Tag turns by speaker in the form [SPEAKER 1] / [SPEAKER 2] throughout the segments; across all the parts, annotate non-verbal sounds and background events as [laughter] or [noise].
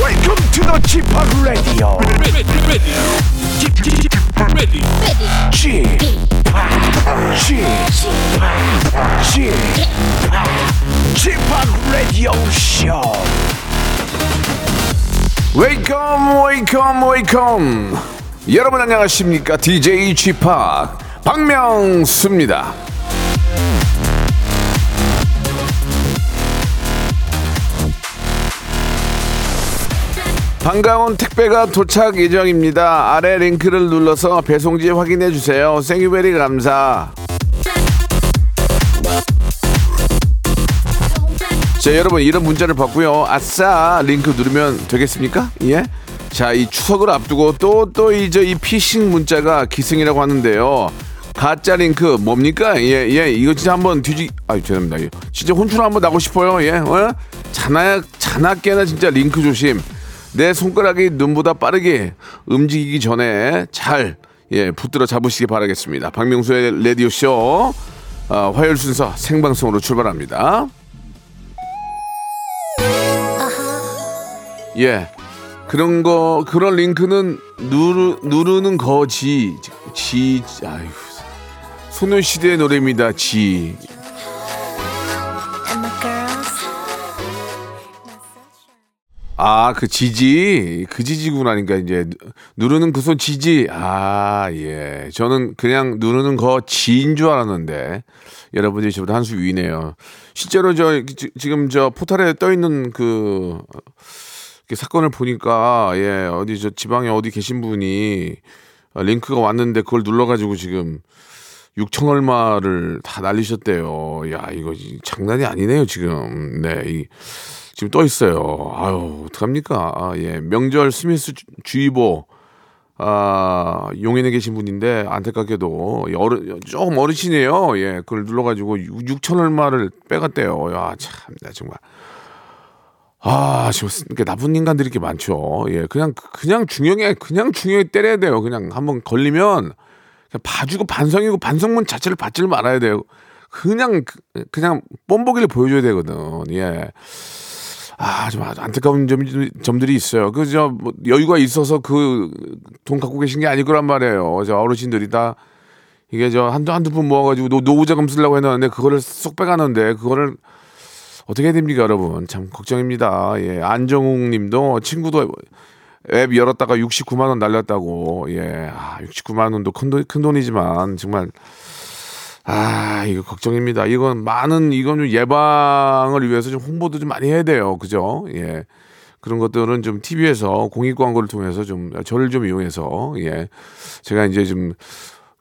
[SPEAKER 1] Welcome to the g p o p Radio.
[SPEAKER 2] ready, ready, Keep- keep- keep ready.
[SPEAKER 1] g p o p g p o p g p o p Radio Show. Welcome, welcome, welcome. 여러분 안녕하십니까? DJ g p o p 박명수입니다. 반가운 택배가 도착 예정입니다. 아래 링크를 눌러서 배송지 확인해 주세요. 생유베리 감사. 자, 여러분 이런 문자를 받고요. 아싸 링크 누르면 되겠습니까? 예. 자, 이 추석을 앞두고 또 또 이제 이 피싱 문자가 기승이라고 하는데요. 가짜 링크 뭡니까? 예, 예. 이거 진짜 한번 뒤지 아, 죄송합니다. 예. 진짜 혼쭐 한번 나고 싶어요. 예. 어? 자나 자나깨나 진짜 링크 조심. 내 손가락이 눈보다 빠르게 움직이기 전에 잘 예, 붙들어 잡으시기 바라겠습니다. 박명수의 레디오 쇼 아, 화요일 순서 생방송으로 출발합니다. 예. 그런 거 그런 링크는 누르 누르는 거지. 지 아유. 소녀시대의 노래입니다. 지.
[SPEAKER 3] and the girls.
[SPEAKER 1] 아, 그 지지. 그 지지구나. 그러니까 이제 누르는 그 손 지지. 아, 예. 저는 그냥 누르는 거 지인 줄 알았는데 여러분들이 저보다 한 수 위네요. 실제로 저 지- 지금 저 포탈에 떠 있는 그 이렇게 사건을 보니까 예, 어디 저 지방에 어디 계신 분이 어, 링크가 왔는데 그걸 눌러 가지고 지금 6천 얼마를 다 날리셨대요. 야, 이거 이- 장난이 아니네요, 지금. 네. 이 지금 떠 있어요. 아유, 어떡합니까? 아, 예. 명절 스미스 주- 주의보, 아, 용인에 계신 분인데, 안타깝게도, 어르, 조금 어르신이에요. 예. 그걸 눌러가지고 6천 얼마를 빼갔대요. 야, 참, 나 정말. 아, 지금 그러니까 나쁜 인간들이 이렇게 많죠. 예. 그냥, 그냥 중형에, 그냥 중형에 때려야 돼요. 그냥 한번 걸리면, 그냥 봐주고 반성이고 반성문 자체를 받지를 말아야 돼요. 그냥, 그- 그냥 뽐보기를 보여줘야 되거든. 예. 아, 좀 아주 안타까운 점, 점들이 있어요. 그, 저, 뭐 여유가 있어서 그 돈 갖고 계신 게 아닐 거란 말이에요. 저 어르신들이 다 이게 저 한두, 한두 푼 모아가지고 노, 노후자금 쓰려고 해놨는데 그거를 쏙 빼가는데 그거를 어떻게 해야 됩니까, 여러분? 참 걱정입니다. 예. 안정욱 님도 친구도 앱 열었다가 69만 원 날렸다고. 예. 아, 69만 원도 큰, 돈, 큰 돈이지만 정말 아, 이거 걱정입니다. 이건 많은 이건 좀 예방을 위해서 좀 홍보도 좀 많이 해야 돼요. 그죠? 예. 그런 것들은 좀 TV에서 공익 광고를 통해서 좀 저를 좀 이용해서 예. 제가 이제 좀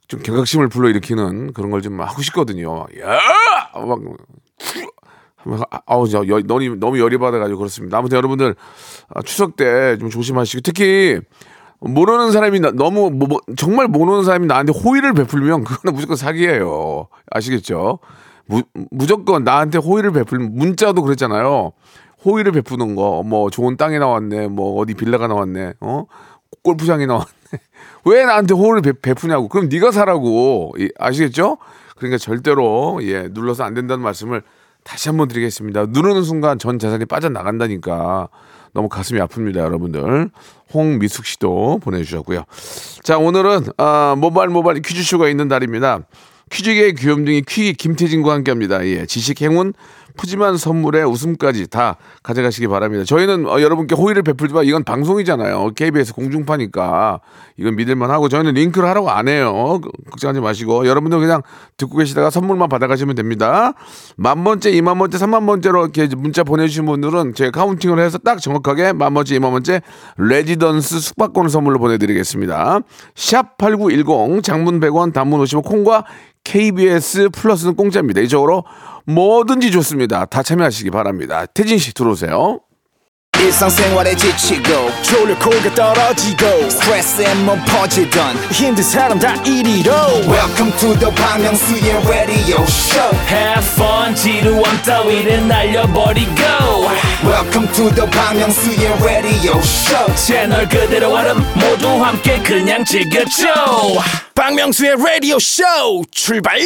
[SPEAKER 1] 좀 경각심을 불러일으키는 그런 걸 좀 하고 싶거든요. 야! 막 한번 하- 아우 저 열- 너무 너무 열이 받아가지고 그렇습니다. 아무튼 여러분들 아, 추석 때 좀 조심하시고 특히 모르는 사람이 나- 너무 뭐- 뭐- 정말 모르는 사람이 나한테 호의를 베풀면 그거는 무조건 사기예요. 아시겠죠? 무, 조건 나한테 호의를 베풀면 문자도 그랬잖아요. 호의를 베푸는 거, 뭐 좋은 땅에 나왔네, 뭐 어디 빌라가 나왔네, 어 골프장이 나왔네. [laughs] 왜 나한테 호의를 베- 베푸냐고. 그럼 네가 사라고. 이- 아시겠죠? 그러니까 절대로 예 눌러서 안 된다는 말씀을 다시 한번 드리겠습니다. 누르는 순간 전 재산이 빠져나간다니까 너무 가슴이 아픕니다, 여러분들. 홍미숙 씨도 보내주셨고요. 자, 오늘은 아, 모발 모발 퀴즈쇼가 있는 날입니다. 퀴즈계의 귀염둥이 퀴 김태진과 함께합니다. 예, 지식 행운 푸짐한 선물에 웃음까지 다 가져가시기 바랍니다. 저희는 어, 여러분께 호의를 베풀지만 이건 방송이잖아요. KBS 공중파니까 이건 믿을만 하고 저희는 링크를 하라고 안 해요. 그- 걱정하지 마시고 여러분들 그냥 듣고 계시다가 선물만 받아가시면 됩니다. 만 번째, 이만 번째, 삼만 번째로 이렇게 이제 문자 보내주신 분들은 제가 카운팅을 해서 딱 정확하게 만 번째, 이만 번째 레지던스 숙박권 선물로 보내드리겠습니다. 샵 #8910 장문 100원, 단문 50원 콩과 KBS 플러스는 공짜입니다. 이쪽으로 뭐든지 좋습니다. 다 참여하시기 바랍니다. 태진 씨 들어오세요.
[SPEAKER 4] 일상생활에 지치고, 졸려 코가 떨어지고, 스트레스에 몸 퍼지던, 힘든 사람 다 이리로. welcome to the Bang Myung-soo's radio show
[SPEAKER 5] Have fun 지루함 따위를 날려버리고
[SPEAKER 4] welcome to the Bang Myung-soo's radio show
[SPEAKER 5] 채널 그대로 얼음 모두 함께 그냥 즐겨줘
[SPEAKER 2] 박명수의 라디오 쇼 출발!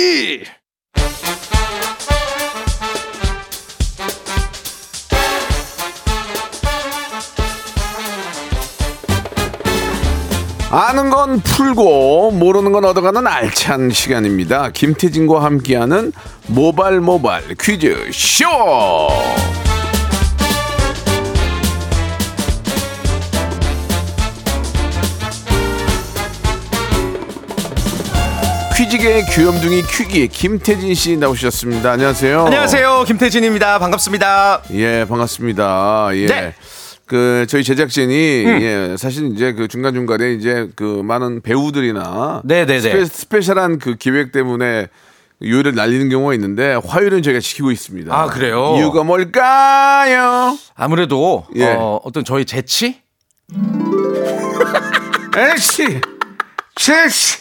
[SPEAKER 1] 아는 건 풀고 모르는 건 얻어가는 알찬 시간입니다. 김태진과 함께하는 모발 모발 퀴즈 쇼. 퀴즈계의 귀염둥이 퀴기 김태진 씨 나오셨습니다. 안녕하세요.
[SPEAKER 3] 안녕하세요. 김태진입니다. 반갑습니다.
[SPEAKER 1] 예, 반갑습니다. 예.
[SPEAKER 3] 네. 음.
[SPEAKER 1] 그 저희 제작진이 예, 사실 이제 그 중간 중간에 이제 그 많은 배우들이나
[SPEAKER 3] 네, 네, 네.
[SPEAKER 1] 스페, 셜한그 기획 때문에 요일을 날리는 경우가 있는데 화요일은 저희가 지키고 있습니다.
[SPEAKER 3] 아, 그래요?
[SPEAKER 1] 이유가 뭘까요?
[SPEAKER 3] 아무래도
[SPEAKER 1] 예.
[SPEAKER 3] 어, 어떤 저희 재치?
[SPEAKER 1] 에이씨, 씨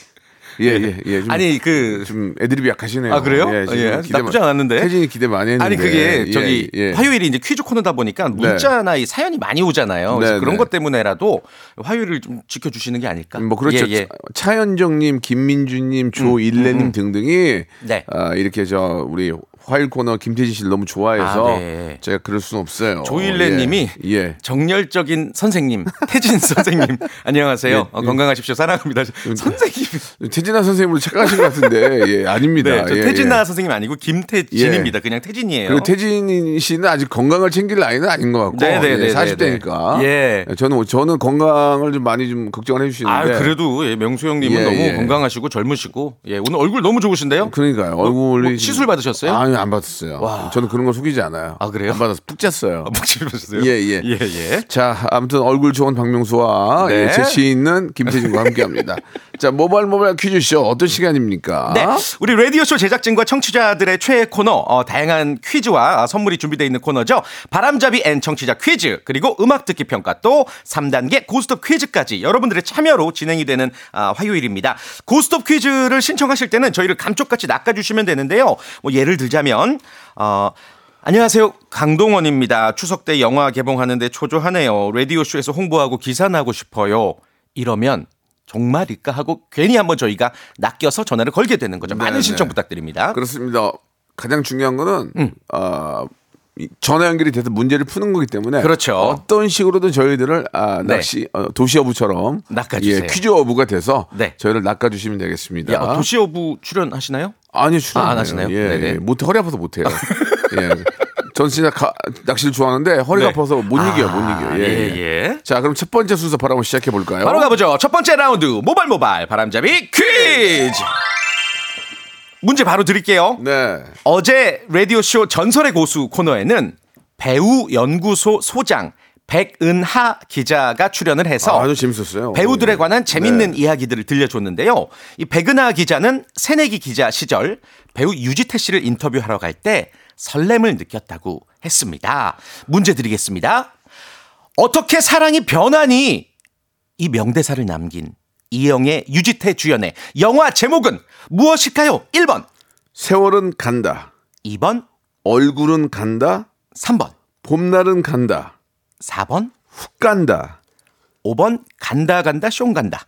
[SPEAKER 1] 예, 예, 예. 좀,
[SPEAKER 3] 아니 그
[SPEAKER 1] 좀 애드립이 약하시네요.
[SPEAKER 3] 아, 그래요?
[SPEAKER 1] 지금
[SPEAKER 3] 예,
[SPEAKER 1] 기대
[SPEAKER 3] 나쁘지
[SPEAKER 1] 마-
[SPEAKER 3] 않았는데.
[SPEAKER 1] 태진이 기대 많이 했는데.
[SPEAKER 3] 아니 그게
[SPEAKER 1] 예,
[SPEAKER 3] 저기
[SPEAKER 1] 예.
[SPEAKER 3] 화요일이 이제 퀴즈 코너다 보니까 문자나 이 사연이 많이 오잖아요. 그래서
[SPEAKER 1] 네,
[SPEAKER 3] 그런
[SPEAKER 1] 네.
[SPEAKER 3] 것 때문에라도 화요일을 좀 지켜주시는 게 아닐까.
[SPEAKER 1] 뭐 그렇죠.
[SPEAKER 3] 예, 예.
[SPEAKER 1] 차현정님, 김민주님, 조일레님 등등이
[SPEAKER 3] 네.
[SPEAKER 1] 아, 이렇게 저 우리 화일 코너 김태진 씨를 너무 좋아해서
[SPEAKER 3] 아, 네.
[SPEAKER 1] 제가 그럴 수는 없어요.
[SPEAKER 3] 조일레님이
[SPEAKER 1] 예. 예.
[SPEAKER 3] 정열적인 선생님 [laughs] 태진 선생님
[SPEAKER 1] 예,
[SPEAKER 3] 안녕하세요. 어, 건강하십시오. 사랑합니다.
[SPEAKER 1] 그러니까. [laughs]
[SPEAKER 3] 선생님.
[SPEAKER 1] 태진아 선생님으로 착각하신 것 같은데 예, 아닙니다.
[SPEAKER 3] 네, 저
[SPEAKER 1] 예,
[SPEAKER 3] 태진아
[SPEAKER 1] 예.
[SPEAKER 3] 선생님 아니고 김태진입니다. 그냥 태진이에요.
[SPEAKER 1] 그리고 태진 씨는 아직 건강을 챙길 나이는 아닌 것 같고 예,
[SPEAKER 3] 네, 네, 네, 네,
[SPEAKER 1] 40대니까
[SPEAKER 3] 네. 예.
[SPEAKER 1] 저는 저는 건강을 좀 많이 좀 걱정을
[SPEAKER 3] 아
[SPEAKER 1] 해주시는데
[SPEAKER 3] 그래도 예, 명수 형님은
[SPEAKER 1] 네. 예,
[SPEAKER 3] 너무
[SPEAKER 1] 예.
[SPEAKER 3] 건강하시고 젊으시고 예, 오늘 얼굴 너무 좋으신데요.
[SPEAKER 1] 그러니까요.
[SPEAKER 3] 뭐
[SPEAKER 1] 얼굴이
[SPEAKER 3] 시술 받으셨어요?
[SPEAKER 1] 아니 안 받았어요. 저는 그런 거 속이지 않아요.
[SPEAKER 3] 아, 그래요?
[SPEAKER 1] 안 받았어. 푹 잤어요.
[SPEAKER 3] 아, 복잡하셨어요?
[SPEAKER 1] 예, 예.
[SPEAKER 3] 예, 예.
[SPEAKER 1] 자, 아무튼 얼굴 좋은 박명수와
[SPEAKER 3] 네.
[SPEAKER 1] 예, 재치 있는 김태진과 함께
[SPEAKER 3] [laughs]
[SPEAKER 1] 합니다. 자, 모바일 모바일 퀴즈쇼 어떤 시간입니까?
[SPEAKER 3] 네. 우리 라디오쇼 제작진과 청취자들의 최애 코너, 어, 다양한 퀴즈와 아, 선물이 준비되어 있는 코너죠. 바람잡이 앤 청취자 퀴즈, 그리고 음악 듣기 평가 또 3단계 고스톱 퀴즈까지 여러분들의 참여로 진행이 되는 아, 화요일입니다. 고스톱 퀴즈를 신청하실 때는 저희를 감쪽같이 낚아주시면 되는데요. 뭐 예를 들자면, 어, 안녕하세요. 강동원입니다. 추석 때 영화 개봉하는데 초조하네요. 라디오쇼에서 홍보하고 기사 나고 싶어요. 이러면 정말일까 하고 괜히 한번 저희가 낚여서 전화를 걸게 되는 거죠. 많은
[SPEAKER 1] 네,
[SPEAKER 3] 신청
[SPEAKER 1] 네.
[SPEAKER 3] 부탁드립니다.
[SPEAKER 1] 그렇습니다. 가장 중요한 거는
[SPEAKER 3] 음.
[SPEAKER 1] 아, 이 전화 연결이 돼서 문제를 푸는 거기 때문에
[SPEAKER 3] 그렇죠.
[SPEAKER 1] 어떤 식으로든 저희들을 아,
[SPEAKER 3] 네.
[SPEAKER 1] 낚시 어, 도시어부처럼
[SPEAKER 3] 낚아주세요.
[SPEAKER 1] 예, 퀴즈 어부가 돼서
[SPEAKER 3] 네.
[SPEAKER 1] 저희를 낚아주시면 되겠습니다.
[SPEAKER 3] 야, 어, 도시어부 출연하시나요?
[SPEAKER 1] 아니요, 출연
[SPEAKER 3] 아, 안 하시나요?
[SPEAKER 1] 예,
[SPEAKER 3] 네네.
[SPEAKER 1] 예. 못 허리 아파서 못 해요.
[SPEAKER 3] [laughs]
[SPEAKER 1] 예. 전 진짜 가- 낚시를 좋아하는데 허리가
[SPEAKER 3] 네.
[SPEAKER 1] 아파서 못 이겨요, 못 이겨요. 예,
[SPEAKER 3] 예,
[SPEAKER 1] 예.
[SPEAKER 3] 예.
[SPEAKER 1] 자, 그럼 첫 번째 순서 바로 한번 시작해 볼까요?
[SPEAKER 3] 바로 가보죠. 첫 번째 라운드 모발 모발 바람잡이 퀴즈. 문제 바로 드릴게요.
[SPEAKER 1] 네.
[SPEAKER 3] 어제 라디오쇼 전설의 고수 코너에는 배우 연구소 소장 백은하 기자가 출연을 해서
[SPEAKER 1] 아주 재밌었어요.
[SPEAKER 3] 배우들에
[SPEAKER 1] 예.
[SPEAKER 3] 관한 재밌는
[SPEAKER 1] 네.
[SPEAKER 3] 이야기들을 들려줬는데요. 이 백은하 기자는 새내기 기자 시절 배우 유지태 씨를 인터뷰하러 갈 때 설렘을 느꼈다고 했습니다. 문제 드리겠습니다. 어떻게 사랑이 변하니? 이 명대사를 남긴 이영애 유지태 주연의 영화 제목은 무엇일까요? 1번,
[SPEAKER 1] 세월은 간다.
[SPEAKER 3] 2번,
[SPEAKER 1] 얼굴은 간다.
[SPEAKER 3] 3번,
[SPEAKER 1] 봄날은 간다.
[SPEAKER 3] 4번,
[SPEAKER 1] 훅 간다.
[SPEAKER 3] 5번 간다 간다 쇼 간다.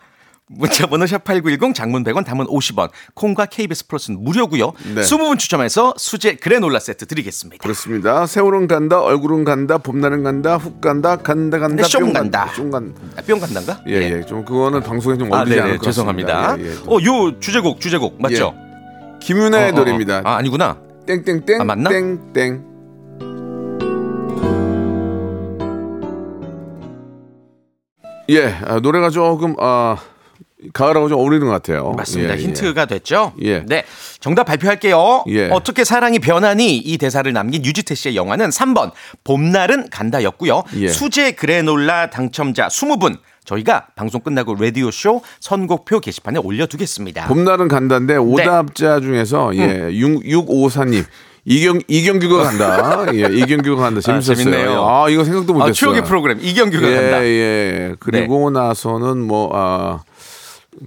[SPEAKER 3] 문자 번호 샵8910 장문 100원 단문 50원. 콩과 KBS 플러스는 무료고요.
[SPEAKER 1] 네.
[SPEAKER 3] 20분 추첨해서 수제 그래놀라 세트 드리겠습니다.
[SPEAKER 1] 그렇습니다. 세월은 간다. 얼굴은 간다. 봄날은 간다. 훅 간다. 간다 간다.
[SPEAKER 3] 네, 쇼
[SPEAKER 1] 뿅
[SPEAKER 3] 간다.
[SPEAKER 1] 쇼 간다.
[SPEAKER 3] 아, 뿅 간단가?
[SPEAKER 1] 예, 예. 좀 그거는 방송에 좀
[SPEAKER 3] 아,
[SPEAKER 1] 어울리지 않을
[SPEAKER 3] 네,
[SPEAKER 1] 것 같습니다.
[SPEAKER 3] 죄송합니다.
[SPEAKER 1] 예, 예.
[SPEAKER 3] 어, 요 주제곡 주제곡 맞죠?
[SPEAKER 1] 김윤아의
[SPEAKER 3] 어, 어,
[SPEAKER 1] 네, 노래입니다.
[SPEAKER 3] 어. 아, 아니구나.
[SPEAKER 1] 땡땡땡
[SPEAKER 3] 아, 맞나?
[SPEAKER 1] 땡땡. 예, 아, 노래가 조금 아, 가을하고 좀 어울리는 것 같아요.
[SPEAKER 3] 맞습니다.
[SPEAKER 1] 예, 예.
[SPEAKER 3] 힌트가 됐죠?
[SPEAKER 1] 예.
[SPEAKER 3] 네. 정답 발표할게요.
[SPEAKER 1] 예.
[SPEAKER 3] 어떻게 사랑이 변하니 이 대사를 남긴 유지태 씨의 영화는 3번 봄날은 간다였고요.
[SPEAKER 1] 예.
[SPEAKER 3] 수제 그래놀라 당첨자 20분 저희가 방송 끝나고 라디오 쇼 선곡표 게시판에 올려두겠습니다.
[SPEAKER 1] 봄날은 간다인데
[SPEAKER 3] 네.
[SPEAKER 1] 오답자
[SPEAKER 3] 음.
[SPEAKER 1] 중에서 예, 654님. 이경 이경규가 간다. 예, 이경규가 간다. 재밌었어요.
[SPEAKER 3] 재밌네요.
[SPEAKER 1] 아, 이거 생각도 못
[SPEAKER 3] 아,
[SPEAKER 1] 했어요.
[SPEAKER 3] 추억의 프로그램 이경규가
[SPEAKER 1] 예,
[SPEAKER 3] 간다. 네.
[SPEAKER 1] 예. 그리고 나서는 뭐 아,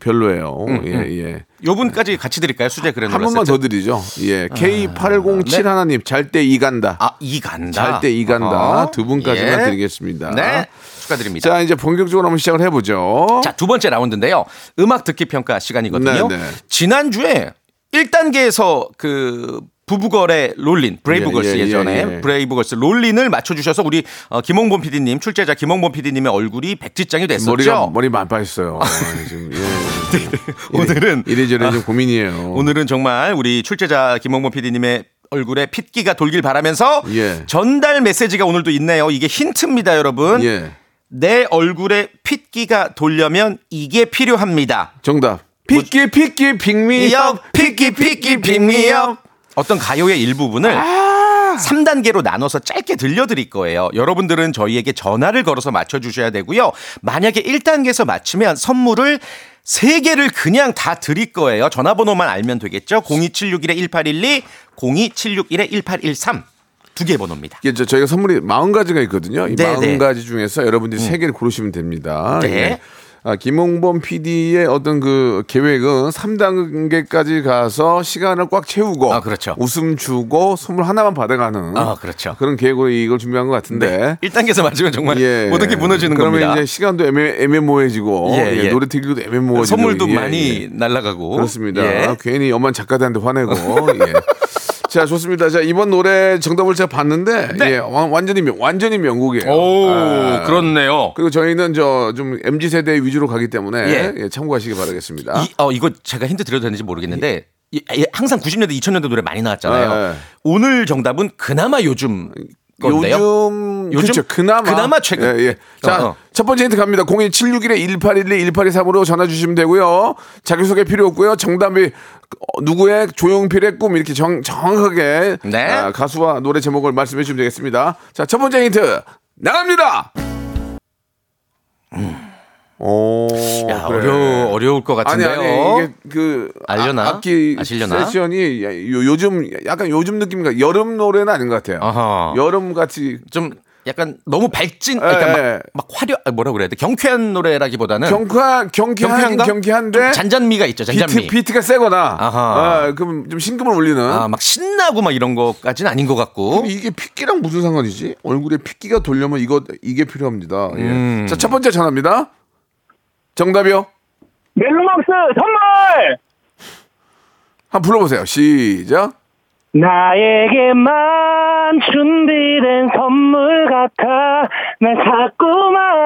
[SPEAKER 1] 별로예요.
[SPEAKER 3] 음,
[SPEAKER 1] 예, 예.
[SPEAKER 3] 요분까지 같이 드릴까요? 수제 그래놀라
[SPEAKER 1] 한 번만
[SPEAKER 3] 세트.
[SPEAKER 1] 더 드리죠. 예. K807 하나님 잘 때 이 간다.
[SPEAKER 3] 네. 아, 이 간다.
[SPEAKER 1] 잘 때 이 간다.
[SPEAKER 3] 어허.
[SPEAKER 1] 두 분까지만
[SPEAKER 3] 예.
[SPEAKER 1] 드리겠습니다.
[SPEAKER 3] 네. 축하드립니다.
[SPEAKER 1] 자, 이제 본격적으로 한번 시작을 해 보죠.
[SPEAKER 3] 자, 두 번째 라운드인데요. 음악 듣기 평가 시간이거든요.
[SPEAKER 1] 네, 네.
[SPEAKER 3] 지난주에 1단계에서 그 부부걸의 롤린
[SPEAKER 1] 예,
[SPEAKER 3] 브레이브걸스
[SPEAKER 1] 예,
[SPEAKER 3] 예, 전에
[SPEAKER 1] 예, 예.
[SPEAKER 3] 브레이브걸스 롤린을 맞춰주셔서 우리 어, 김홍범 PD님 출제자 김홍범 PD님의 얼굴이 백지장이 됐었죠. 네,
[SPEAKER 1] 머리가 머리 만빠졌어요. 아, 지금 예.
[SPEAKER 3] 오늘은
[SPEAKER 1] [laughs] 이래저래
[SPEAKER 3] 아,
[SPEAKER 1] 좀 고민이에요.
[SPEAKER 3] 오늘은 정말 우리 출제자 김홍범 PD님의 얼굴에 핏기가 돌길 바라면서
[SPEAKER 1] 예.
[SPEAKER 3] 전달 메시지가 오늘도 있네요. 이게 힌트입니다, 여러분.
[SPEAKER 1] 예
[SPEAKER 3] 내 얼굴에 핏기가 돌려면 이게 필요합니다.
[SPEAKER 1] 정답.
[SPEAKER 3] 뭐
[SPEAKER 1] 피끼 피끼 빅미업 피끼 피끼 빅미업.
[SPEAKER 3] 어떤 가요의 일부분을
[SPEAKER 1] 아.
[SPEAKER 3] 3단계로 나눠서 짧게 들려드릴 거예요. 여러분들은 저희에게 전화를 걸어서 맞춰주셔야 되고요. 만약에 1단계에서 맞추면 선물을 3개를 그냥 다 드릴 거예요. 전화번호만 알면 되겠죠? 02761-1812, 02761-1813. 두 개 번호입니다.
[SPEAKER 1] 이게 저, 저희가 선물이 40가지가 있거든요. 이
[SPEAKER 3] 네, 음.
[SPEAKER 1] 40가지 중에서 여러분들이 세개를 고르시면 됩니다.
[SPEAKER 3] 네.
[SPEAKER 1] 예. 아, 김홍범 PD의 어떤 그 계획은 3단계까지 가서 시간을 꽉 채우고
[SPEAKER 3] 아, 그렇죠.
[SPEAKER 1] 웃음 주고 선물 하나만 받아가는
[SPEAKER 3] 아, 그렇죠.
[SPEAKER 1] 런 계획으로 이걸 준비한 것 같은데
[SPEAKER 3] 1단계에서 맞추면 정말
[SPEAKER 1] 예.
[SPEAKER 3] 모든 게 무너지는
[SPEAKER 1] 그러면
[SPEAKER 3] 겁니다.
[SPEAKER 1] 이제 시간도 애매, 애매모호해지고
[SPEAKER 3] 예,
[SPEAKER 1] 예,
[SPEAKER 3] 예.
[SPEAKER 1] 노래 듣기도 애매모호해지고
[SPEAKER 3] 선물도
[SPEAKER 1] 예,
[SPEAKER 3] 많이
[SPEAKER 1] 예.
[SPEAKER 3] 날아가고
[SPEAKER 1] 그렇습니다.
[SPEAKER 3] 예.
[SPEAKER 1] 아, 괜히 엄한 작가들한테 화내고. 예. [laughs] 자 좋습니다. 자 이번 노래 정답을 제가 봤는데 예, 완- 완전히 명- 완전히 명곡이에요.
[SPEAKER 3] 네. 오,
[SPEAKER 1] 아.
[SPEAKER 3] 그렇네요.
[SPEAKER 1] 그리고 저희는 저 좀 mz 세대 위주로 가기 때문에
[SPEAKER 3] 예.
[SPEAKER 1] 예, 참고하시기 바라겠습니다.
[SPEAKER 3] 이, 어, 이거 제가 힌트 드려도 되는지 모르겠는데 이- 아, 이- 항상 90년대, 2000년대 노래 많이 나왔잖아요.
[SPEAKER 1] 예.
[SPEAKER 3] 오늘 정답은 그나마 요즘 건데요.
[SPEAKER 1] 요즘
[SPEAKER 3] 요즘?
[SPEAKER 1] 그렇죠. 그나마
[SPEAKER 3] 그나마 최근.
[SPEAKER 1] 예, 예. 자,
[SPEAKER 3] 어, 어.
[SPEAKER 1] 첫 번째 힌트 갑니다. 02761에 1812 1823으로 전화 주시면 되고요. 자기 소개 필요 없고요. 정답이 어, 누구의 조용필의 꿈 이렇게 정, 정확하게
[SPEAKER 3] 네.
[SPEAKER 1] 아, 가수와 노래 제목을 말씀해 주시면 되겠습니다. 자, 첫 번째 힌트 나갑니다. 오,
[SPEAKER 3] 음. 야,
[SPEAKER 1] 그래.
[SPEAKER 3] 어려워, 어려울 것
[SPEAKER 1] 아니
[SPEAKER 3] 같은데요.
[SPEAKER 1] 아니 이게 그
[SPEAKER 3] 알려나?
[SPEAKER 1] 아, 악기
[SPEAKER 3] 아시려나?
[SPEAKER 1] 세션이 요, 요즘 약간 요즘 느낌인가 여름 노래는 아닌 것 같아요.
[SPEAKER 3] 아하.
[SPEAKER 1] 여름 같이
[SPEAKER 3] 좀 약간 너무 발진, 그러니까
[SPEAKER 1] 예,
[SPEAKER 3] 막,
[SPEAKER 1] 예.
[SPEAKER 3] 막 화려, 아, 뭐라 그래야 돼? 경쾌한 노래라기보다는
[SPEAKER 1] 경쾌한 경쾌한
[SPEAKER 3] 경쾌한가?
[SPEAKER 1] 경쾌한데
[SPEAKER 3] 좀 잔잔미가 있죠. 잔잔미.
[SPEAKER 1] 비트 비트가 세거나
[SPEAKER 3] 아하.
[SPEAKER 1] 아, 그럼 좀 심금을 울리는
[SPEAKER 3] 아, 막 신나고 막 이런 것까지는 아닌 것 같고.
[SPEAKER 1] 이게 핏기랑 무슨 상관이지? 얼굴에 핏기가 돌려면 이거 이게 필요합니다. 예.
[SPEAKER 3] 음.
[SPEAKER 1] 자, 첫 번째 전화입니다. 정답이요.
[SPEAKER 6] 멜로망스 선물
[SPEAKER 1] 한번 불러보세요. 시작.
[SPEAKER 6] 나에게만 준비된 선물 같아 난 자꾸만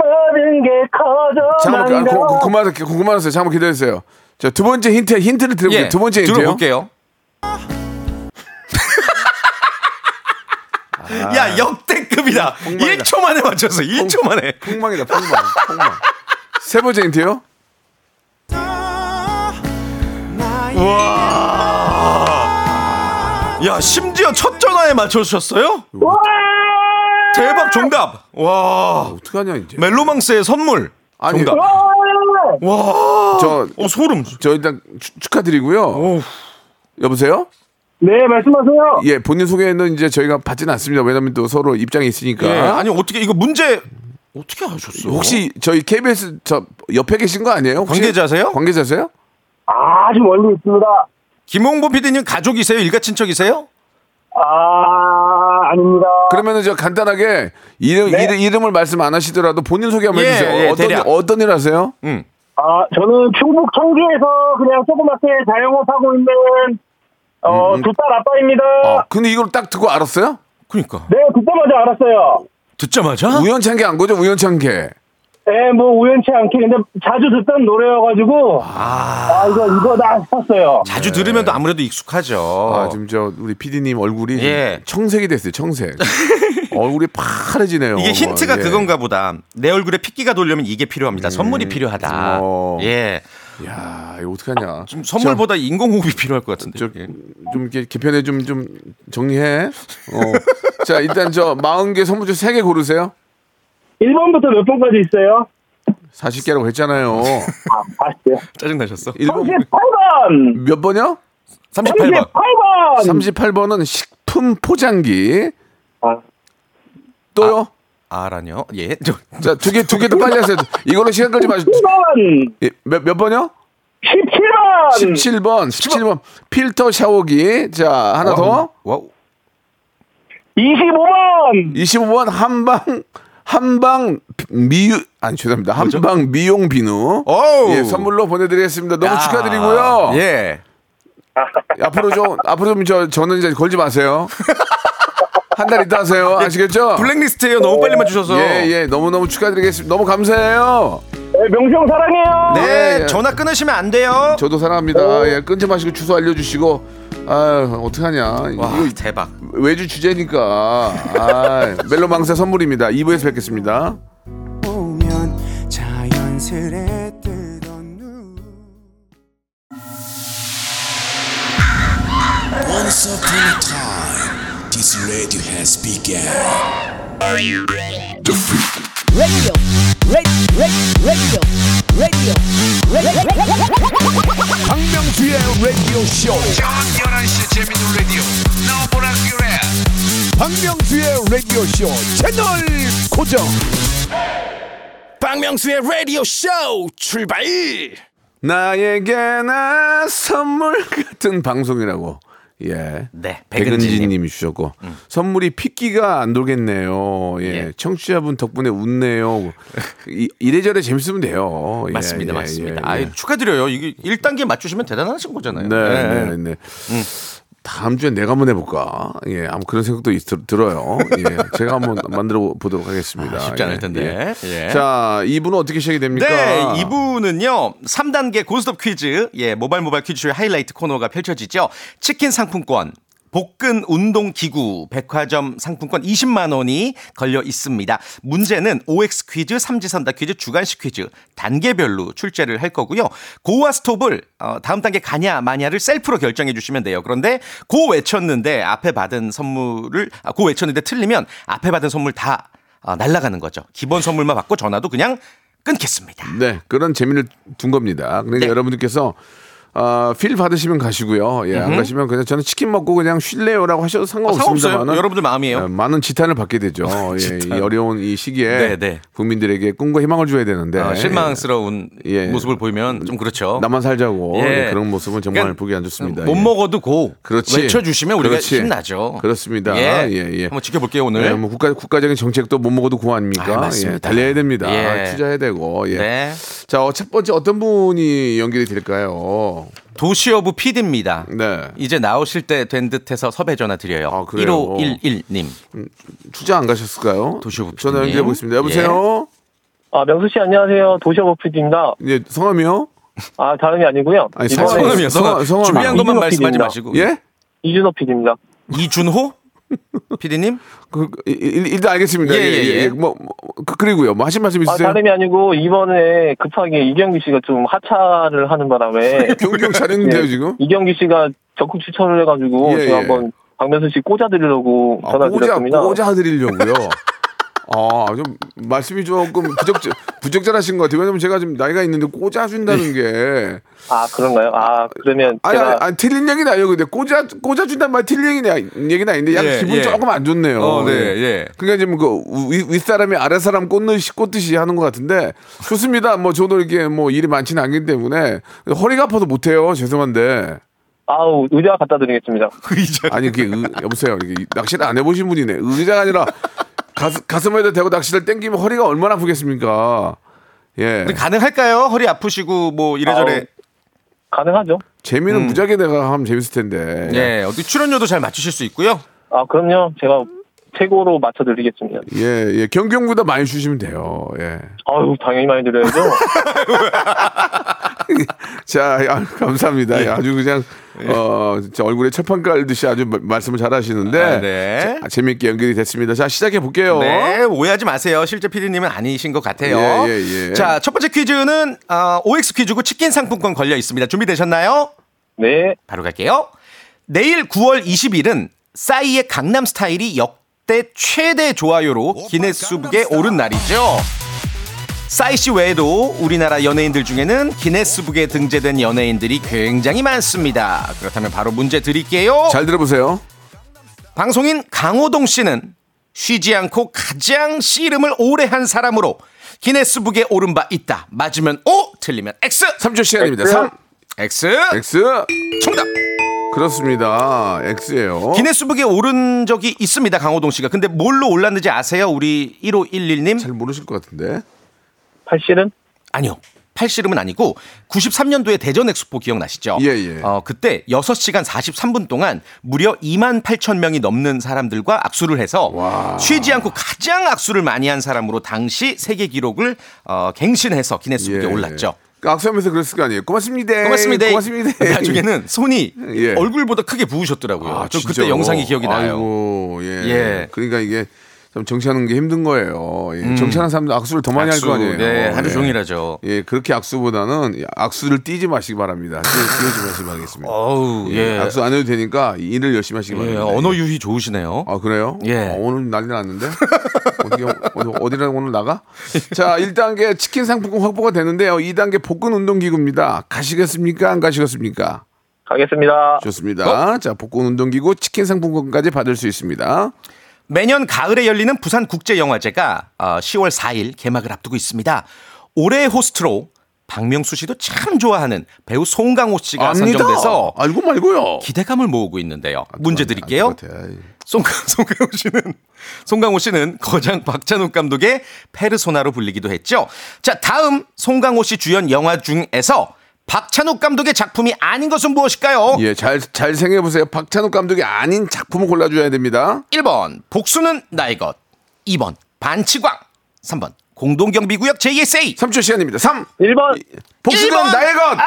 [SPEAKER 6] 모든 게 커져
[SPEAKER 1] 잠깐만 아, 고- 고-
[SPEAKER 6] 난다
[SPEAKER 1] 그만 그만하세요. 잠깐 기다리세요. 자, 두 번째 힌트 힌트를 드려볼게요.
[SPEAKER 3] 예,
[SPEAKER 1] 두 번째 힌트요.
[SPEAKER 3] 들어볼게요. 아. 야 역대급이다.
[SPEAKER 1] 폭망이다.
[SPEAKER 3] 1초 만에 맞췄어. 1초 만에.
[SPEAKER 1] 폭망이다 폭망 폭망 세 번째 힌트요
[SPEAKER 3] 야 심지어 첫 전화에 맞춰주셨어요? 대박 정답. 와
[SPEAKER 1] 아, 어떡하냐 이제
[SPEAKER 3] 멜로망스의 선물.
[SPEAKER 1] 아니,
[SPEAKER 3] 네, 정답. 와.
[SPEAKER 1] 저-
[SPEAKER 3] 어, 소름.
[SPEAKER 1] 저 일단 추- 축하드리고요 여보세요
[SPEAKER 6] 네 말씀하세요
[SPEAKER 1] 예 본인 소개는 이제 저희가 받지는 않습니다 왜냐면 또 서로 입장이 있으니까
[SPEAKER 3] 예, 아니 어떻게 이거 문제 어떻게 아셨어?
[SPEAKER 1] 혹시 저희 KBS 저 옆에 계신 거 아니에요 혹시?
[SPEAKER 3] 관계자세요?
[SPEAKER 1] 관계자세요
[SPEAKER 6] 아주 멀리 있습니다
[SPEAKER 3] 김홍범 PD님 가족이세요? 일가 친척이세요?
[SPEAKER 6] 아 아닙니다
[SPEAKER 1] 그러면은 저 간단하게 이름 이름, 이름을 말씀 안 하시더라도 본인 소개 한번
[SPEAKER 3] 예,
[SPEAKER 1] 해주세요
[SPEAKER 3] 예,
[SPEAKER 1] 어떤 일-
[SPEAKER 3] 대략.
[SPEAKER 1] 어떤 일 하세요
[SPEAKER 6] 아 저는 충북 청주에서 그냥 조그맣게 자영업하고 있는 어, 두 딸 아빠입니다
[SPEAKER 1] 음,
[SPEAKER 3] 어.
[SPEAKER 1] 아, 근데 이걸 딱 듣고 알았어요
[SPEAKER 3] 그러니까
[SPEAKER 6] 네 듣자마자 알았어요
[SPEAKER 3] 듣자마자
[SPEAKER 1] 우연찮게 안 거죠 우연찮게
[SPEAKER 6] 네 뭐 우연치 않게 근데 자주 듣던 노래여가지고 아 이거 이거다 싶었어요
[SPEAKER 3] 자주 들으면 또 아무래도 익숙하죠.
[SPEAKER 1] 아, 지금 저 우리 PD님 얼굴이 좀
[SPEAKER 3] 어. 예.
[SPEAKER 1] 청색이 됐어요. 청색. 얼굴이 파래지네요.
[SPEAKER 3] 이게 힌트가
[SPEAKER 1] 예.
[SPEAKER 3] 그건가 보다. 내 얼굴에 핏기가 돌려면 이게 필요합니다. 선물이 필요하다.
[SPEAKER 1] 음, 어.
[SPEAKER 3] 예.
[SPEAKER 1] 야, 아, 이거 어떡하냐.
[SPEAKER 3] 아, 좀 선물보다 인공호흡이 필요할 것 같은데.
[SPEAKER 1] 저,
[SPEAKER 3] 예.
[SPEAKER 1] 좀 이렇게 개편에 좀 좀 정리해. 어. 자, 일단 저 40개 선물 중 3개 고르세요.
[SPEAKER 6] 1번부터 몇 번까지 있어요?
[SPEAKER 1] 40개라고 했잖아요.
[SPEAKER 6] 아, 아시죠?
[SPEAKER 3] 짜증나셨어?
[SPEAKER 1] 일본
[SPEAKER 6] 38번!
[SPEAKER 1] 몇 번이요?
[SPEAKER 3] 38번.
[SPEAKER 6] 38번!
[SPEAKER 1] 38번은 식품 포장기.
[SPEAKER 6] 아.
[SPEAKER 1] 또요?
[SPEAKER 3] 아라뇨? 예. 저,
[SPEAKER 1] 자, 두 개 두 개 더 빨리 하세요. 이걸로 시간 끌지 마시고
[SPEAKER 6] 17번!
[SPEAKER 1] 예, 몇, 몇 번이요?
[SPEAKER 6] 17번!
[SPEAKER 1] 17번, 17번 필터 샤워기. 자, 하나
[SPEAKER 3] 어.
[SPEAKER 1] 더.
[SPEAKER 3] 와우.
[SPEAKER 6] 25번!
[SPEAKER 1] 25번 한방 한방 미유 아니 죄송합니다. 한방 미용 비누.
[SPEAKER 3] 오우.
[SPEAKER 1] 예, 선물로 보내 드리겠습니다. 너무
[SPEAKER 3] 어! 야.
[SPEAKER 1] 축하드리고요.
[SPEAKER 3] 예.
[SPEAKER 1] 앞으로 좀 앞으로 좀 저 저는 이제 걸지 마세요. 한 달 있다 하세요. 아시겠죠?
[SPEAKER 3] 예, 블랙리스트예요. 너무 빨리 맞추셔서.
[SPEAKER 1] 예, 예. 너무너무 축하드리겠습니다. 너무 감사해요.
[SPEAKER 6] 네, 명수형 사랑해요.
[SPEAKER 3] 네,
[SPEAKER 1] 예, 예.
[SPEAKER 3] 전화 끊으시면 안 돼요.
[SPEAKER 1] 저도 사랑합니다. 예, 끊지 마시고 주소 알려주시고. 아유, 어떡하냐.
[SPEAKER 3] 와,
[SPEAKER 1] 이거 예,
[SPEAKER 3] 대박.
[SPEAKER 1] 외주 주제니까. 아, 멜로망사 선물입니다. 2부에서 뵙겠습니다.
[SPEAKER 7] 보면 자연스레 뜨던 눈
[SPEAKER 8] Once upon a time, this radio has begun.
[SPEAKER 2] 박명수의 라디오 쇼 출발
[SPEAKER 1] 나에게 나 선물 같은 방송이라고. 예.
[SPEAKER 3] 네, 백은진 님. 음.
[SPEAKER 1] 백은진님이 주셨고 선물이 핏기가 안 돌겠네요. 예,
[SPEAKER 3] 예.
[SPEAKER 1] 청취자분 덕분에 웃네요. 이, 이래저래 재밌으면 돼요. 예,
[SPEAKER 3] 맞습니다.
[SPEAKER 1] 예,
[SPEAKER 3] 맞습니다.
[SPEAKER 1] 예, 예.
[SPEAKER 3] 아, 축하드려요. 이게 1단계 맞추시면 대단하신 거잖아요. 예.
[SPEAKER 1] 네, 네, 네.
[SPEAKER 3] 음.
[SPEAKER 1] 다음 주에 내가 한번 해볼까? 예, 아무 그런 생각도 있, 들어요. 예, 제가 한번 만들어 보도록 하겠습니다.
[SPEAKER 3] 아, 쉽지 않을 텐데. 예.
[SPEAKER 1] 자, 이분은 어떻게 시작이 됩니까?
[SPEAKER 3] 네, 이분은요. 3단계 고스톱 퀴즈. 예, 모발 모발 퀴즈쇼의 하이라이트 코너가 펼쳐지죠. 치킨 상품권 복근 운동 기구 백화점 상품권 20만 원이 걸려 있습니다. 문제는 OX 퀴즈, 삼지선다 퀴즈, 주간식 퀴즈 단계별로 출제를 할 거고요. 고와 스톱을 어, 다음 단계 가냐 마냐를 셀프로 결정해 주시면 돼요. 그런데 고 외쳤는데 앞에 받은 선물을 아, 고 외쳤는데 틀리면 앞에 받은 선물 다 아, 날아가는 거죠. 기본 선물만 받고 전화도 그냥 끊겠습니다.
[SPEAKER 1] 네, 그런 재미를 둔 겁니다. 그러니까
[SPEAKER 3] 네.
[SPEAKER 1] 여러분들께서 어, 필 받으시면 가시고요. 예, 안 가시면 그냥 저는 치킨 먹고 그냥 쉴래요라고 하셔도 상관없습니다만
[SPEAKER 3] 아, 상관없어요. 여러분들 마음이에요.
[SPEAKER 1] 많은 지탄을 받게
[SPEAKER 3] [laughs]
[SPEAKER 1] 되죠. 예, 이 어려운 이 시기에
[SPEAKER 3] 네, 네.
[SPEAKER 1] 국민들에게 꿈과 희망을 줘야 되는데
[SPEAKER 3] 어, 실망스러운
[SPEAKER 1] 예.
[SPEAKER 3] 모습을 보이면 좀 그렇죠.
[SPEAKER 1] 나만 살자고
[SPEAKER 3] 예.
[SPEAKER 1] 예, 그런 모습은 정말
[SPEAKER 3] 그러니까
[SPEAKER 1] 보기 안 좋습니다.
[SPEAKER 3] 못
[SPEAKER 1] 예.
[SPEAKER 3] 먹어도 고
[SPEAKER 1] 그렇지.
[SPEAKER 3] 외쳐주시면 우리가
[SPEAKER 1] 그렇지.
[SPEAKER 3] 힘나죠.
[SPEAKER 1] 그렇습니다.
[SPEAKER 3] 예.
[SPEAKER 1] 예, 예.
[SPEAKER 3] 한번 지켜볼게요 오늘.
[SPEAKER 1] 네, 뭐 국가 국가적인 정책도 못 먹어도
[SPEAKER 3] 아,
[SPEAKER 1] 구합니까?
[SPEAKER 3] 맞습니다.
[SPEAKER 1] 예, 달려야 됩니다.
[SPEAKER 3] 예.
[SPEAKER 1] 투자해야 되고. 예.
[SPEAKER 3] 네.
[SPEAKER 1] 자, 어, 첫 번째 어떤 분이 연결이 될까요?
[SPEAKER 3] 도시어부 PD입니다.
[SPEAKER 1] 네.
[SPEAKER 3] 이제 나오실 때 된 듯해서 섭외 전화 드려요.
[SPEAKER 1] 아, 그래요?
[SPEAKER 3] 1511님.
[SPEAKER 1] 투자 안 가셨을까요?
[SPEAKER 3] 도시오브
[SPEAKER 1] 전화
[SPEAKER 3] PD님.
[SPEAKER 1] 연결해 보겠습니다. 여보세요.
[SPEAKER 6] 아, 명수 씨 안녕하세요. 도시업 오프입니다.
[SPEAKER 1] 예, 성함이요?
[SPEAKER 6] 아, 다름이 아니고요.
[SPEAKER 1] 아니,
[SPEAKER 6] 이번에
[SPEAKER 1] 성함이-
[SPEAKER 3] 성함이요. 성함.
[SPEAKER 1] 성함, 성함.
[SPEAKER 3] 준비한 것만
[SPEAKER 6] 이준호
[SPEAKER 3] 말씀하지
[SPEAKER 6] PD입니다.
[SPEAKER 3] 마시고.
[SPEAKER 1] 예?
[SPEAKER 6] 이준호 PD입니다.
[SPEAKER 3] 이준호 PD님?
[SPEAKER 1] 그, 그, 일- 일단 알겠습니다.
[SPEAKER 3] 예, 예, 예.
[SPEAKER 1] 뭐, 뭐, 그, 그리고요. 뭐 하신 말씀
[SPEAKER 6] 아,
[SPEAKER 1] 있으세요?
[SPEAKER 6] 다름이 아니고 이번에 급하게 이경규 씨가 좀 하차를
[SPEAKER 1] [laughs]
[SPEAKER 6] 하는 바람에
[SPEAKER 1] 경경 잘했는데요,
[SPEAKER 6] [laughs] 예,
[SPEAKER 1] 지금?
[SPEAKER 6] 이경규 씨가 적극 추천을 해가지고
[SPEAKER 1] 예,
[SPEAKER 6] 제가
[SPEAKER 1] 예.
[SPEAKER 6] 한번 박명수 씨 꽂아드리려고
[SPEAKER 1] 아,
[SPEAKER 6] 전화
[SPEAKER 1] 꽂아,
[SPEAKER 6] 드렸습니다.
[SPEAKER 1] 꽂아 드리려고요. 아, 좀, 말씀이 조금 부적절, 부적절하신 것 같아요. 왜냐면 제가 지금 나이가 있는데 꽂아준다는
[SPEAKER 3] 예.
[SPEAKER 1] 게.
[SPEAKER 6] 아 그런가요? 아 그러면
[SPEAKER 1] 아니,
[SPEAKER 6] 제가
[SPEAKER 1] 아니, 아니, 틀린 얘기는 아니에요. 근데 꽂아, 꽂아준단 말 틀린 얘기는, 얘기는 아닌데 약간
[SPEAKER 3] 예,
[SPEAKER 1] 기분이
[SPEAKER 3] 예.
[SPEAKER 1] 조금 안 좋네요.
[SPEAKER 3] 어, 네,
[SPEAKER 1] 예.
[SPEAKER 3] 예.
[SPEAKER 1] 그러니까 지금 그 위- 윗사람이 아랫사람 꽂듯이, 꽂듯이 하는 것 같은데 좋습니다. 뭐 저도 이렇게 뭐 일이 많지는 않기 때문에 허리가 아파서 못해요. 죄송한데.
[SPEAKER 6] 아우 의자 갖다 드리겠습니다.
[SPEAKER 3] 의자.
[SPEAKER 1] 아니, [laughs] 이게 의- 여보세요. 이게 낚시를 안 해보신 분이네. 의자가 아니라 가슴, 가슴에다 대고 낚시를 땡기면 허리가 얼마나 아프겠습니까? 예.
[SPEAKER 3] 우리 가능할까요? 허리 아프시고 뭐 이래저래.
[SPEAKER 6] 가능하죠?
[SPEAKER 1] 재미는
[SPEAKER 3] 음.
[SPEAKER 1] 무지하게 내가 하면 재밌을 텐데.
[SPEAKER 3] 예. 어디 출연료도 잘 맞추실 수 있고요.
[SPEAKER 6] 아 그럼요. 제가 최고로 맞춰드리겠습니다.
[SPEAKER 1] 예, 예. 경경보다 많이 주시면 돼요. 예.
[SPEAKER 6] 아유 당연히
[SPEAKER 1] [laughs]
[SPEAKER 6] 많이 드려야죠.
[SPEAKER 1] 자, 아, 감사합니다. 예, 아주 그냥 어, 진짜 얼굴에 철판 깔듯이 아주 마- 말씀을 잘 하시는데
[SPEAKER 3] 아, 네.
[SPEAKER 1] 자, 재미있게 연결이 됐습니다. 자, 시작해 볼게요.
[SPEAKER 3] 네, 오해하지 마세요. 실제 PD님은 아니신 것 같아요.
[SPEAKER 1] 어? 예, 예, 예.
[SPEAKER 3] 자, 첫 번째 퀴즈는 어, OX 퀴즈고 치킨 상품권 걸려 있습니다. 준비되셨나요?
[SPEAKER 6] 네.
[SPEAKER 3] 바로 갈게요. 내일 9월 20일은 싸이의 강남 스타일이 역대 최대 좋아요로 기네스북에 오른 날이죠. 싸이 씨 외에도 우리나라 연예인들 중에는 기네스북에 등재된 연예인들이 굉장히 많습니다. 그렇다면 바로 문제 드릴게요.
[SPEAKER 1] 잘 들어보세요.
[SPEAKER 3] 방송인 강호동 씨는 쉬지 않고 가장 씨름을 오래 한 사람으로 기네스북에 오른 바 있다. 맞으면 O, 틀리면 X.
[SPEAKER 1] 3초 시간입니다. 3
[SPEAKER 3] X.
[SPEAKER 1] X.
[SPEAKER 3] 정답.
[SPEAKER 1] 그렇습니다. X예요.
[SPEAKER 3] 기네스북에 오른 적이 있습니다. 강호동 씨가. 근데 뭘로 올랐는지 아세요? 우리 1511님?
[SPEAKER 1] 잘 모르실 것 같은데.
[SPEAKER 6] 팔씨름
[SPEAKER 3] 아니요. 팔씨름은 아니고 93년도에 대전 엑스포 기억나시죠?
[SPEAKER 1] 예, 예.
[SPEAKER 3] 어, 그때 6시간 43분 동안 무려 2만 8천 명이 넘는 사람들과 악수를 해서 쉬지 않고 가장 악수를 많이 한 사람으로 당시 세계 기록을 어, 갱신해서 기네스북에
[SPEAKER 1] 예.
[SPEAKER 3] 올랐죠.
[SPEAKER 1] 그 악수하면서 그랬을 거 아니에요. 고맙습니다.
[SPEAKER 3] 고맙습니다. 네,
[SPEAKER 1] 고맙습니다.
[SPEAKER 3] [laughs] 나중에는 손이
[SPEAKER 1] 예.
[SPEAKER 3] 얼굴보다 크게 부으셨더라고요.
[SPEAKER 1] [laughs] 아,
[SPEAKER 3] 저
[SPEAKER 1] 진짜로?
[SPEAKER 3] 그때 영상이 기억이 나요.
[SPEAKER 1] 아이고, 예.
[SPEAKER 3] 예.
[SPEAKER 1] 그러니까 이게 참 정치하는 게 힘든 거예요. 예. 정치하는 사람들 악수를 더 많이 할
[SPEAKER 3] 음. 악수,
[SPEAKER 1] 거 아니에요.
[SPEAKER 3] 네, 하루
[SPEAKER 1] 예.
[SPEAKER 3] 종일 하죠.
[SPEAKER 1] 예, 그렇게 악수보다는 악수를 띄지 마시기 바랍니다. 띄- 띄우지 마시기 바라겠습니다.
[SPEAKER 3] 어우,
[SPEAKER 1] 예. 악수 안 해도 되니까 일을 열심히 하시기
[SPEAKER 3] 예,
[SPEAKER 1] 바랍니다.
[SPEAKER 3] 언어 유희 좋으시네요.
[SPEAKER 1] 아 그래요?
[SPEAKER 3] 예.
[SPEAKER 1] 어, 오늘 난리 났는데 어디 어디 라 오늘 나가? 자 1단계 치킨 상품권 확보가 되는데요. 2단계 복근 운동기구입니다. 가시겠습니까? 안 가시겠습니까?
[SPEAKER 6] 가겠습니다.
[SPEAKER 3] 어?
[SPEAKER 1] 좋습니다. 자 복근 운동기구 치킨 상품권까지 받을 수
[SPEAKER 3] 아,
[SPEAKER 1] 있습니다.
[SPEAKER 3] 매년 가을에 열리는 부산 국제 영화제가 10월 4일 개막을 앞두고 있습니다. 올해의 호스트로 박명수 씨도 참 좋아하는 배우 송강호 씨가 선정돼서
[SPEAKER 1] 알고 말고요.
[SPEAKER 3] 기대감을 모으고 있는데요. 문제 드릴게요.
[SPEAKER 1] 알 것 아, 같아.
[SPEAKER 3] 송강, [laughs] 송강호 씨는 송강호 씨는 거장 박찬욱 감독의 페르소나로 불리기도 했죠. 자, 다음 송강호 씨 주연 영화 중에서 박찬욱 감독의 작품이 아닌 것은 무엇일까요?
[SPEAKER 1] 예, 잘, 잘 생각해보세요. 박찬욱 감독이 아닌 작품을 골라줘야 됩니다.
[SPEAKER 3] 1번 복수는 나의 것 2번 반치광 3번 공동경비구역 JSA
[SPEAKER 1] 3초 시간입니다. 3!
[SPEAKER 6] 1번.
[SPEAKER 1] 복수는
[SPEAKER 3] 1번.
[SPEAKER 1] 나의 것!
[SPEAKER 3] 아!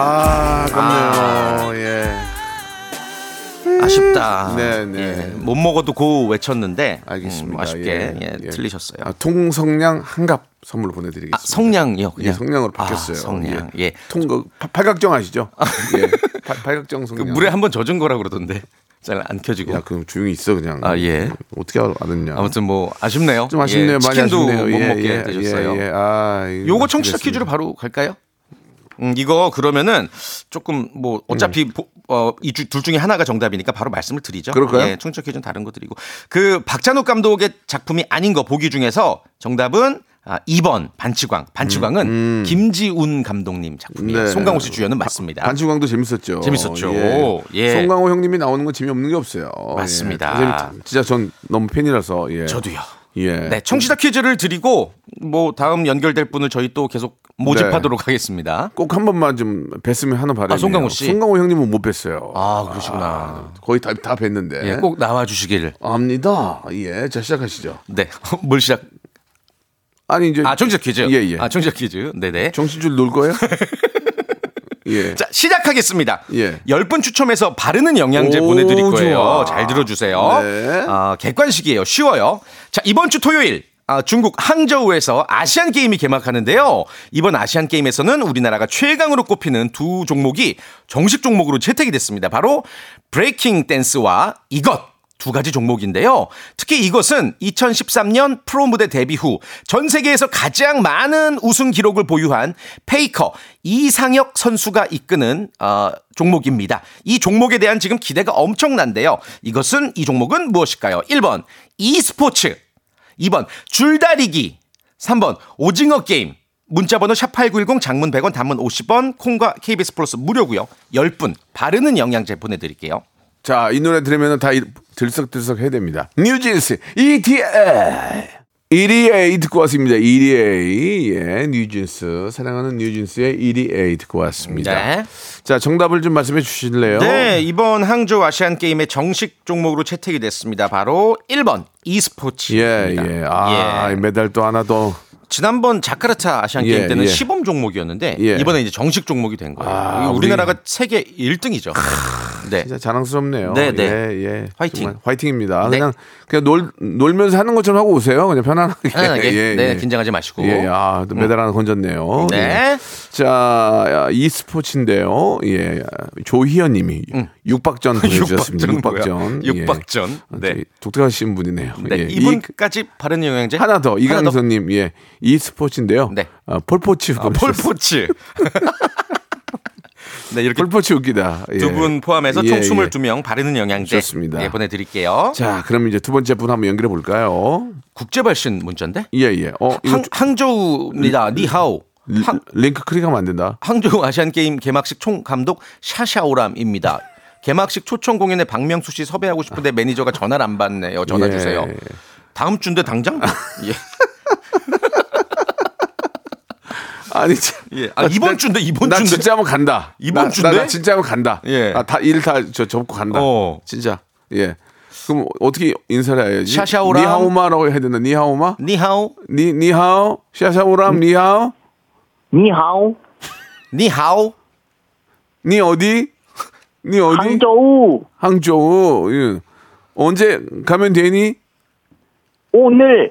[SPEAKER 1] 아, 아깝네요. 예.
[SPEAKER 3] 아쉽다
[SPEAKER 1] 네, 네.
[SPEAKER 3] 예, 못 먹어도 고 외쳤는데
[SPEAKER 1] 알겠습니다.
[SPEAKER 3] 음, 아쉽게
[SPEAKER 1] 예,
[SPEAKER 3] 예,
[SPEAKER 1] 예.
[SPEAKER 3] 틀리셨어요
[SPEAKER 1] 아, 통성량 한갑 선물로 보내드리겠습니다.
[SPEAKER 3] 아, 성량이요
[SPEAKER 1] 예,
[SPEAKER 3] 그냥.
[SPEAKER 1] 성량으로
[SPEAKER 3] 아,
[SPEAKER 1] 바뀌었어요.
[SPEAKER 3] 성량 예,
[SPEAKER 1] 통, 그, 파- 팔각정 아시죠? 예. 팔- 팔각정
[SPEAKER 3] 그
[SPEAKER 1] 성량.
[SPEAKER 3] 물에 한 번 젖은 거라 그러던데 [laughs] 잘 안 켜지고
[SPEAKER 1] 야, 그럼 조용히 있어, 그냥.
[SPEAKER 3] 아, 예.
[SPEAKER 1] 어떻게 알았냐.
[SPEAKER 3] 아무튼 뭐 아쉽네요
[SPEAKER 1] 좀 아쉽네요.
[SPEAKER 3] 예,
[SPEAKER 1] 많이
[SPEAKER 3] 치킨도
[SPEAKER 1] 아쉽네요.
[SPEAKER 3] 못
[SPEAKER 1] 예,
[SPEAKER 3] 먹게
[SPEAKER 1] 예,
[SPEAKER 3] 되셨어요
[SPEAKER 1] 예, 예. 아, 이거
[SPEAKER 3] 요거 청취자
[SPEAKER 1] 그랬습니다.
[SPEAKER 3] 퀴즈로 바로 갈까요? 음, 이거 그러면은 조금 뭐 어차피 보- 어, 이 둘 중에 하나가 정답이니까 바로 말씀을 드리죠.
[SPEAKER 1] 네. 그럴까요?
[SPEAKER 3] 예, 청취자 퀴즈는 다른 거 드리고 그 박찬욱 감독의 작품이 아닌 거 보기 중에서 정답은 아, 2번 반치광. 반치광은 김지훈 감독님 작품이에요.
[SPEAKER 1] 음, 네.
[SPEAKER 3] 송강호 씨 주연은 맞습니다.
[SPEAKER 1] 반치광도 재밌었죠.
[SPEAKER 3] 재밌었죠. 예.
[SPEAKER 1] 송강호 형님이 나오는 건 재미없는 게 없어요.
[SPEAKER 3] 맞습니다.
[SPEAKER 1] 예. 선생님, 진짜 전 너무 팬이라서. 예.
[SPEAKER 3] 저도요.
[SPEAKER 1] 예.
[SPEAKER 3] 네, 청취자 퀴즈를 드리고 뭐 다음 연결될 분을 저희 또 계속
[SPEAKER 1] 네.
[SPEAKER 3] 모집하도록 하겠습니다.
[SPEAKER 1] 꼭 한 번만 좀 뵀으면 하는 바람이.
[SPEAKER 3] 아, 송강호 씨?
[SPEAKER 1] 송강호 형님은 못 뵀어요.
[SPEAKER 3] 아, 그러시구나.
[SPEAKER 1] 거의 다, 다 뵀는데.
[SPEAKER 3] 예, 꼭 나와 주시길.
[SPEAKER 1] 압니다. 예. 자, 시작하시죠.
[SPEAKER 3] 네. [laughs] 뭘 시작
[SPEAKER 1] 아니, 이제. [laughs]
[SPEAKER 3] 아, 청취자 퀴즈.
[SPEAKER 1] 예, 예.
[SPEAKER 3] 아, 청취자 퀴즈. 네네.
[SPEAKER 1] 정신줄 놀
[SPEAKER 3] [laughs]
[SPEAKER 1] 거예요? 예.
[SPEAKER 3] 자, 시작하겠습니다.
[SPEAKER 1] 예.
[SPEAKER 3] 열 분 추첨해서 바르는 영양제
[SPEAKER 1] 오,
[SPEAKER 3] 보내드릴
[SPEAKER 1] 좋아.
[SPEAKER 3] 거예요. 잘 들어주세요.
[SPEAKER 1] 네.
[SPEAKER 3] 아, 객관식이에요. 쉬워요. 자, 이번 주 토요일. 아, 중국 항저우에서 아시안 게임이 개막하는데요. 이번 아시안 게임에서는 우리나라가 최강으로 꼽히는 두 종목이 정식 종목으로 채택이 됐습니다. 바로 브레이킹 댄스와 이것 두 가지 종목인데요. 특히 이것은 2013년 프로 무대 데뷔 후 전 세계에서 가장 많은 우승 기록을 보유한 페이커 이상혁 선수가 이끄는 어, 종목입니다. 이 종목에 대한 지금 기대가 엄청난데요. 이것은 이 종목은 무엇일까요? 1번 e스포츠, 2번 줄다리기, 3번 오징어 게임. 문자번호 샵8910 장문 100원 단문 50원 콩과 KBS 플러스 무료고요. 10분 바르는 영양제 보내드릴게요.
[SPEAKER 1] 자, 이 노래 들으면 다 이- 들썩들썩 해야 됩니다. 뉴진스, E ETA. EDA E 듣고 왔습니다. EDA. 예, 뉴진스. 사랑하는 뉴진스의 EDA 듣고 왔습니다.
[SPEAKER 3] 네.
[SPEAKER 1] 자, 정답을 좀 말씀해 주실래요?
[SPEAKER 3] 네, 이번 항저우 아시안 게임의 정식 종목으로 채택이 됐습니다. 바로 1번
[SPEAKER 1] 예,
[SPEAKER 3] e스포츠입니다.
[SPEAKER 1] 예. 아,
[SPEAKER 3] 예.
[SPEAKER 1] 이 메달 또 하나 더.
[SPEAKER 3] 지난번 자카르타 아시안 게임
[SPEAKER 1] 예,
[SPEAKER 3] 때는
[SPEAKER 1] 예.
[SPEAKER 3] 시범 종목이었는데
[SPEAKER 1] 예.
[SPEAKER 3] 이번에 이제 정식 종목이 된 거예요.
[SPEAKER 1] 아,
[SPEAKER 3] 이거
[SPEAKER 1] 우리-
[SPEAKER 3] 우리나라가 세계 1등이죠. 네.
[SPEAKER 1] 진짜 자랑스럽네요.
[SPEAKER 3] 네, 네.
[SPEAKER 1] 예, 예.
[SPEAKER 3] 화이팅.
[SPEAKER 1] 정말 화이팅입니다.
[SPEAKER 3] 네.
[SPEAKER 1] 그냥, 그냥 놀, 놀면서 하는 것처럼 하고 오세요. 그냥 편안하게. [laughs]
[SPEAKER 3] 편안하게. 네, 긴장하지 마시고.
[SPEAKER 1] 예, 아, 또 메달 하나 건졌네요.
[SPEAKER 3] 네.
[SPEAKER 1] 예. 자, 야, e 스포츠인데요. 예. 조희연 님이
[SPEAKER 3] [laughs]
[SPEAKER 1] 육박전 보내주셨습니다.
[SPEAKER 3] 음. 뭐야?
[SPEAKER 1] 육박전. 예.
[SPEAKER 3] 육박전.
[SPEAKER 1] 아,
[SPEAKER 3] 네.
[SPEAKER 1] 되게 독특하신 분이네요.
[SPEAKER 3] 네.
[SPEAKER 1] 예. 이-
[SPEAKER 3] 이분까지 바른 영양제
[SPEAKER 1] 하나 더 이강선님 예 e스포츠인데요.
[SPEAKER 3] 네.
[SPEAKER 1] 아, 폴포츠
[SPEAKER 3] 아, 폴포츠.
[SPEAKER 1] [laughs]
[SPEAKER 3] 네, 이렇게
[SPEAKER 1] 폴포츠 웃기다. 예.
[SPEAKER 3] 두 분 포함해서
[SPEAKER 1] 예,
[SPEAKER 3] 총
[SPEAKER 1] 예.
[SPEAKER 3] 22명 바르는 영양제
[SPEAKER 1] 좋습니다.
[SPEAKER 3] 예, 보내드릴게요.
[SPEAKER 1] 자, 그럼 이제 두 번째 분 한번 연결해 볼까요?
[SPEAKER 3] 국제 발신 문자인데?
[SPEAKER 1] 예, 예. 어, 이거 좀-
[SPEAKER 3] 항, 항저우입니다. 니하오.
[SPEAKER 1] 리-
[SPEAKER 3] 항,
[SPEAKER 1] 링크 클릭하면 안 된다.
[SPEAKER 3] 항저우 아시안 게임 개막식 총 감독 샤샤오람입니다. 개막식 초청 공연에 박명수 씨 섭외하고 싶은데 매니저가 전화를 안 받네요. 전화
[SPEAKER 1] 예.
[SPEAKER 3] 주세요. 다음 주인데
[SPEAKER 1] [laughs]
[SPEAKER 3] 당장? 예.
[SPEAKER 1] 아니 참.
[SPEAKER 3] 예. 아, 이번 주인데 이번
[SPEAKER 1] 나
[SPEAKER 3] 주인데.
[SPEAKER 1] 진짜 한번 간다.
[SPEAKER 3] 이번
[SPEAKER 1] 나,
[SPEAKER 3] 주인데?
[SPEAKER 1] 나, 나 진짜 한번 간다.
[SPEAKER 3] 예.
[SPEAKER 1] 아, 다 일 다 저 접고 간다.
[SPEAKER 3] 어.
[SPEAKER 1] 진짜. 예. 그럼 어떻게 인사를 해야지?
[SPEAKER 3] 샤샤오람.
[SPEAKER 1] 니하오마라고 해야 되나? 니하오마?
[SPEAKER 3] 니하오.
[SPEAKER 1] 니 니하오?
[SPEAKER 3] 음.
[SPEAKER 1] 샤샤오람 니하오?
[SPEAKER 6] 니하오,
[SPEAKER 3] 니하오.
[SPEAKER 1] 니 어디? 니 어디?
[SPEAKER 6] 항저우,
[SPEAKER 1] 항저우. 예. 언제 가면 되니?
[SPEAKER 6] 오늘,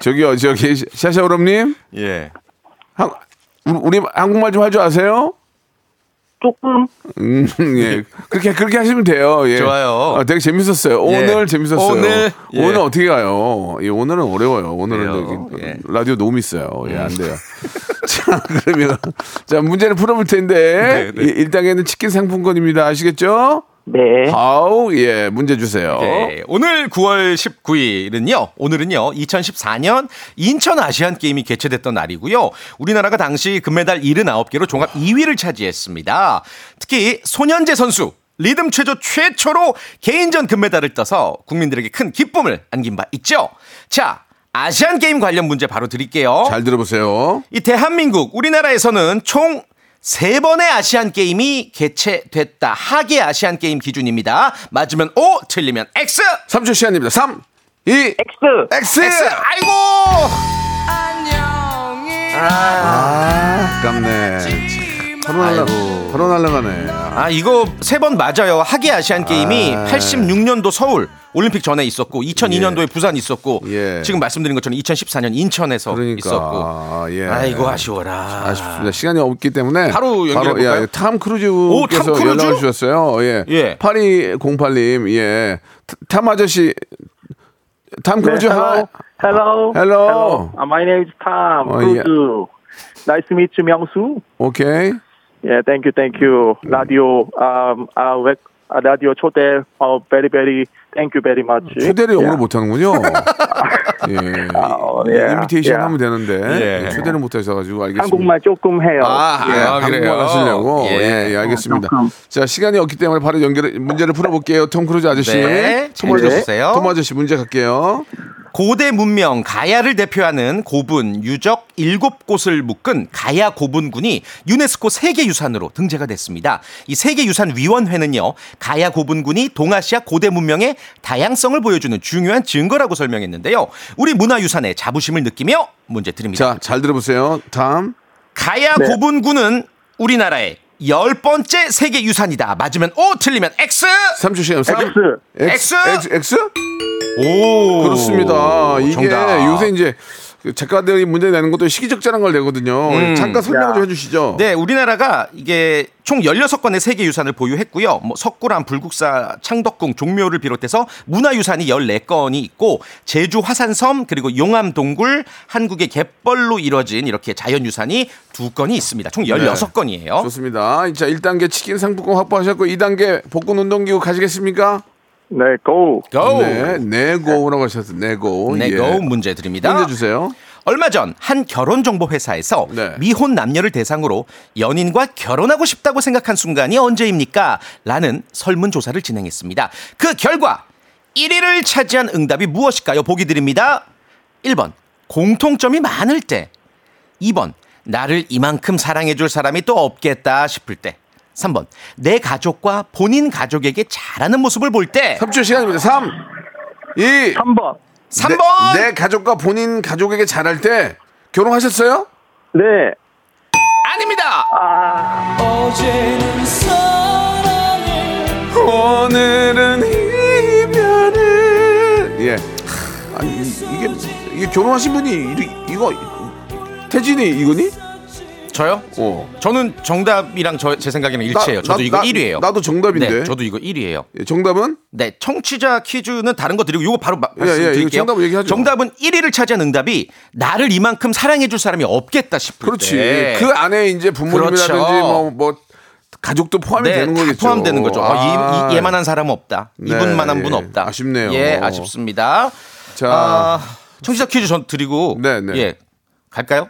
[SPEAKER 1] 저기요, 저기 샤샤오람님,
[SPEAKER 3] 예.
[SPEAKER 1] 한, 우리 우리 한국말 좀 할 줄 아세요?
[SPEAKER 6] 조금,
[SPEAKER 1] 음, 예. 그렇게 그렇게 하시면 돼요. 예.
[SPEAKER 3] 네. 좋아요. 예.
[SPEAKER 1] 아, 되게 재밌었어요. 오늘 재밌었어요.
[SPEAKER 3] 오늘, 예.
[SPEAKER 1] 오늘 어떻게 가요? 예, 오늘은 어려워요. 오늘은
[SPEAKER 3] 그래요.
[SPEAKER 1] 되게
[SPEAKER 3] 예. 음.
[SPEAKER 1] 라디오 너무 있어요. 예, 안
[SPEAKER 3] [laughs]
[SPEAKER 1] 돼요. 자, 그러면 자 문제를 풀어볼 텐데
[SPEAKER 3] 네, 네.
[SPEAKER 1] 일 1단계는 치킨 상품권입니다. 아시겠죠?
[SPEAKER 6] 네.
[SPEAKER 1] 아우 예 문제 주세요.
[SPEAKER 3] 네, 오늘 9월 19일은요. 오늘은요. 2014년 인천 아시안 게임이 개최됐던 날이고요. 우리나라가 당시 금메달 79개로 종합 2위를 차지했습니다. 특히 소년재 선수 리듬 체조 최초로 개인전 금메달을 떠서 국민들에게 큰 기쁨을 안긴 바 있죠. 자, 아시안 게임 관련 문제 바로 드릴게요.
[SPEAKER 1] 잘 들어보세요.
[SPEAKER 3] 이 대한민국 우리나라에서는 총 세번의 아시안 게임이 개최됐다. 하계 아시안 게임 기준입니다. 맞으면 O, 틀리면 X.
[SPEAKER 1] 3초 시간입니다. 3, 2,
[SPEAKER 6] X,
[SPEAKER 1] X.
[SPEAKER 3] X. 아이고!
[SPEAKER 1] 아깝네.
[SPEAKER 3] 아이고.
[SPEAKER 1] 토론하려고 토론하려가네.
[SPEAKER 3] 아, 이거 세 번 맞아요. 하계 아시안 게임이 86년도 서울 올림픽 전에 있었고 2002년도에 부산 있었고
[SPEAKER 1] 예.
[SPEAKER 3] 지금 말씀드린 것처럼 2014년 인천에서
[SPEAKER 1] 그러니까
[SPEAKER 3] 있었고.
[SPEAKER 1] 아, 예.
[SPEAKER 3] 아이고 아쉬워라.
[SPEAKER 1] 아쉽습니다. 시간이 없기 때문에
[SPEAKER 3] 바로 연결해볼까요?
[SPEAKER 1] 예, 탐
[SPEAKER 3] 오, 탐
[SPEAKER 1] 크루즈께서
[SPEAKER 3] 크루즈?
[SPEAKER 1] 연락을 주셨어요. 예.
[SPEAKER 3] 예.
[SPEAKER 1] 8208님. 예. 타- 탐 아저씨 탐
[SPEAKER 6] 네,
[SPEAKER 1] 크루즈 하이.
[SPEAKER 6] hello, hello,
[SPEAKER 1] Hello.
[SPEAKER 6] Uh, my name is Tom
[SPEAKER 1] Oh,
[SPEAKER 6] Cruise. Nice to meet you, 명수.
[SPEAKER 1] 오케이.
[SPEAKER 6] Yeah, thank you, thank you. Radio, um, uh, rec- uh, radio 초대, uh, very, very, thank you very much.
[SPEAKER 1] 초대를 영어로
[SPEAKER 6] Yeah.
[SPEAKER 1] 못 하는군요.
[SPEAKER 6] [laughs]
[SPEAKER 1] 예.
[SPEAKER 6] 어, 예.
[SPEAKER 1] 인비테이션
[SPEAKER 6] 예. 하면
[SPEAKER 1] 하면 되는데
[SPEAKER 3] 예.
[SPEAKER 1] 초대를 못 하셔 가지고 알겠습니다.
[SPEAKER 6] 한국말 조금 해요.
[SPEAKER 1] 아,
[SPEAKER 3] 예.
[SPEAKER 1] 아,
[SPEAKER 3] 아, 그래요?
[SPEAKER 1] 한국말 하시려고.
[SPEAKER 3] 예.
[SPEAKER 1] 예, 예, 알겠습니다.
[SPEAKER 6] 조금.
[SPEAKER 1] 자, 시간이 없기 때문에 바로 연결 문제를 풀어볼게요. 톰 크루즈 아저씨.
[SPEAKER 3] 네,
[SPEAKER 1] 톰 아저씨.
[SPEAKER 3] 해주세요.
[SPEAKER 1] 톰 아저씨 문제 갈게요.
[SPEAKER 3] 고대 문명 가야를 대표하는 고분, 유적 일곱 곳을 묶은 가야 고분군이 유네스코 세계유산으로 등재가 됐습니다. 이 세계유산위원회는요, 가야 고분군이 동아시아 고대 문명의 다양성을 보여주는 중요한 증거라고 설명했는데요. 우리 문화유산의 자부심을 느끼며 문제 드립니다.
[SPEAKER 1] 자, 네. 잘 들어보세요. 다음.
[SPEAKER 3] 가야 고분군은 우리나라의 열 번째 세계유산이다. 맞으면 O, 틀리면 X!
[SPEAKER 1] 3초 시간. 3,
[SPEAKER 3] X.
[SPEAKER 1] X, X?
[SPEAKER 3] 오!
[SPEAKER 1] 그렇습니다. 이게
[SPEAKER 3] 정답.
[SPEAKER 1] 요새 이제 그 작가들이 문제 내는 것도 시기적절한 걸 내거든요. 잠깐 설명 좀 해주시죠.
[SPEAKER 3] 음. 네, 우리나라가 이게 총 16건의 세계 유산을 보유했고요. 뭐 석굴암, 불국사, 창덕궁, 종묘를 비롯해서 문화 유산이 14건이 있고 제주 화산섬 그리고 용암 동굴, 한국의 갯벌로 이뤄진 이렇게 자연 유산이 두 건이 있습니다. 총 16건이에요.
[SPEAKER 1] 네. 좋습니다. 자, 1단계 치킨 상품권 확보하셨고 2단계 복근 운동기구 가시겠습니까?
[SPEAKER 6] 네, go.
[SPEAKER 3] 고!
[SPEAKER 1] 네, 네고라고 하셨어요. 네고.
[SPEAKER 3] 네,
[SPEAKER 1] 예.
[SPEAKER 3] 고 문제 드립니다.
[SPEAKER 1] 문제 주세요.
[SPEAKER 3] 얼마 전 한 결혼 정보 회사에서
[SPEAKER 1] 네.
[SPEAKER 3] 미혼 남녀를 대상으로 연인과 결혼하고 싶다고 생각한 순간이 언제입니까? 라는 설문 조사를 진행했습니다. 그 결과 1위를 차지한 응답이 무엇일까요? 보기 드립니다. 1번 공통점이 많을 때 2번 나를 이만큼 사랑해 줄 사람이 또 없겠다 싶을 때 3번 내 가족과 본인 가족에게 잘하는 모습을 볼 때
[SPEAKER 1] 3초 시간입니다. 3, 2,
[SPEAKER 6] 3번.
[SPEAKER 1] 네,
[SPEAKER 3] 3번
[SPEAKER 1] 내, 내 가족과 본인 가족에게 잘할 때 결혼하셨어요?
[SPEAKER 6] 네.
[SPEAKER 3] 아닙니다.
[SPEAKER 1] 오늘은 이별을 예 아니 이- 이게 이게 결혼하신 분이 이, 이거 태진이 이거니?
[SPEAKER 3] 저요?
[SPEAKER 1] 어
[SPEAKER 3] 저는 정답이랑 저, 제 생각에는
[SPEAKER 1] 나-
[SPEAKER 3] 일치해요. 저도
[SPEAKER 1] 나-
[SPEAKER 3] 이거
[SPEAKER 1] 나-
[SPEAKER 3] 1위예요.
[SPEAKER 1] 나도 정답인데.
[SPEAKER 3] 네, 저도 이거 1위예요.
[SPEAKER 1] 예, 정답은
[SPEAKER 3] 네, 청취자 퀴즈는 다른 거 드리고 이거 바로 마,
[SPEAKER 1] 예, 예, 이거
[SPEAKER 3] 말씀드릴게요.
[SPEAKER 1] 정답 얘기하죠.
[SPEAKER 3] 정답은 1위를 차지한 응답이 나를 이만큼 사랑해 줄 사람이 없겠다 싶을
[SPEAKER 1] 그렇지
[SPEAKER 3] 때.
[SPEAKER 1] 그 안에 이제 부모님이라든지
[SPEAKER 3] 네. 그렇죠.
[SPEAKER 1] 뭐 뭐 가족도 포함이
[SPEAKER 3] 네,
[SPEAKER 1] 되는
[SPEAKER 3] 다
[SPEAKER 1] 거겠죠.
[SPEAKER 3] 포함되는 거죠. 아, 이, 이, 얘만한 사람 없다.
[SPEAKER 1] 네,
[SPEAKER 3] 이분만한 분
[SPEAKER 1] 예.
[SPEAKER 3] 없다.
[SPEAKER 1] 아쉽네요.
[SPEAKER 3] 예, 아쉽습니다.
[SPEAKER 1] 자.
[SPEAKER 3] 아, 청취자 퀴즈 전 드리고
[SPEAKER 1] 네, 네.
[SPEAKER 3] 예. 갈까요?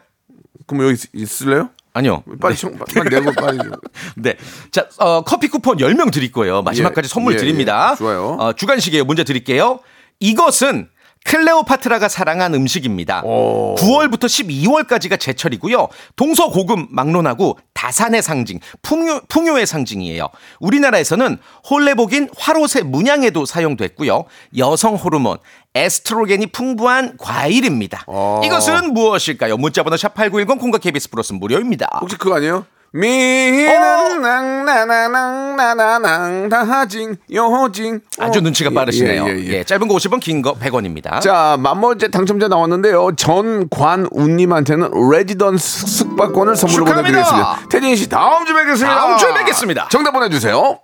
[SPEAKER 1] 그럼 여기 있- 있을래요?
[SPEAKER 3] 아니요.
[SPEAKER 1] 빨리 청, 빨리 내고 빨리.
[SPEAKER 3] [laughs] 네. 자, 어, 커피 쿠폰 10명 드릴 거예요. 마지막까지
[SPEAKER 1] 예,
[SPEAKER 3] 선물
[SPEAKER 1] 예,
[SPEAKER 3] 드립니다.
[SPEAKER 1] 예. 좋아요.
[SPEAKER 3] 어, 주간식이에요. 문제 드릴게요. 이것은 클레오파트라가 사랑한 음식입니다. 9월부터 12월까지가 제철이고요. 동서고금 막론하고 다산의 상징, 풍요, 풍요의 상징이에요. 우리나라에서는 홀레복인 화롯의 문양에도 사용됐고요. 여성 호르몬, 에스트로겐이 풍부한 과일입니다.
[SPEAKER 1] 아.
[SPEAKER 3] 이것은 무엇일까요? 문자번호 샵8910 콩과 KBS 플러스 무료입니다.
[SPEAKER 1] 혹시 그거 아니에요?
[SPEAKER 3] 어?
[SPEAKER 1] 미는 낭나나낭나나낭 다하징 여호징
[SPEAKER 3] 아주
[SPEAKER 1] 어.
[SPEAKER 3] 눈치가
[SPEAKER 1] 예,
[SPEAKER 3] 빠르시네요.
[SPEAKER 1] 예,
[SPEAKER 3] 예,
[SPEAKER 1] 예, 예.
[SPEAKER 3] 짧은 거 50원, 긴 거 100원입니다.
[SPEAKER 1] 자, 만번째 당첨자 나왔는데요. 전관운님한테는 레지던스 숙박권을 선물로
[SPEAKER 3] 축하합니다.
[SPEAKER 1] 보내드리겠습니다. 태진 씨, 다음 주에 뵙겠습니다.
[SPEAKER 3] 다음 주에 뵙겠습니다.
[SPEAKER 1] 정답 보내주세요.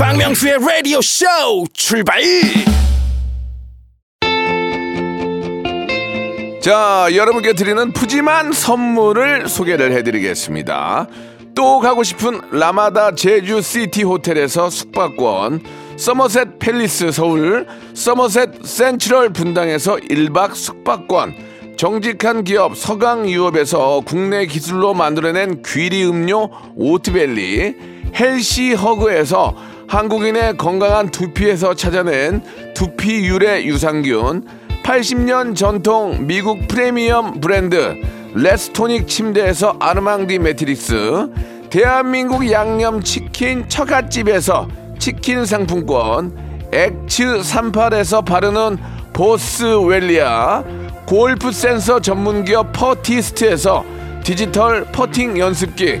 [SPEAKER 2] 박명수의 라디오 쇼 출발
[SPEAKER 1] 자, 여러분께 드리는 푸짐한 선물을 소개를 해드리겠습니다. 또 가고 싶은 라마다 제주시티 호텔에서 숙박권, 서머셋 팰리스 서울, 서머셋 센트럴 분당에서 1박 숙박권, 정직한 기업 서강유업에서 국내 기술로 만들어낸 귀리 음료 오트밸리, 헬시 허그에서 한국인의 건강한 두피에서 찾아낸 두피 유래 유산균, 80년 전통 미국 프리미엄 브랜드 레스토닉 침대에서 아르망디 매트릭스 대한민국 양념치킨 처갓집에서 치킨 상품권 엑츠 38에서 바르는 보스웰리아 골프 센서 전문기업 퍼티스트에서 디지털 퍼팅 연습기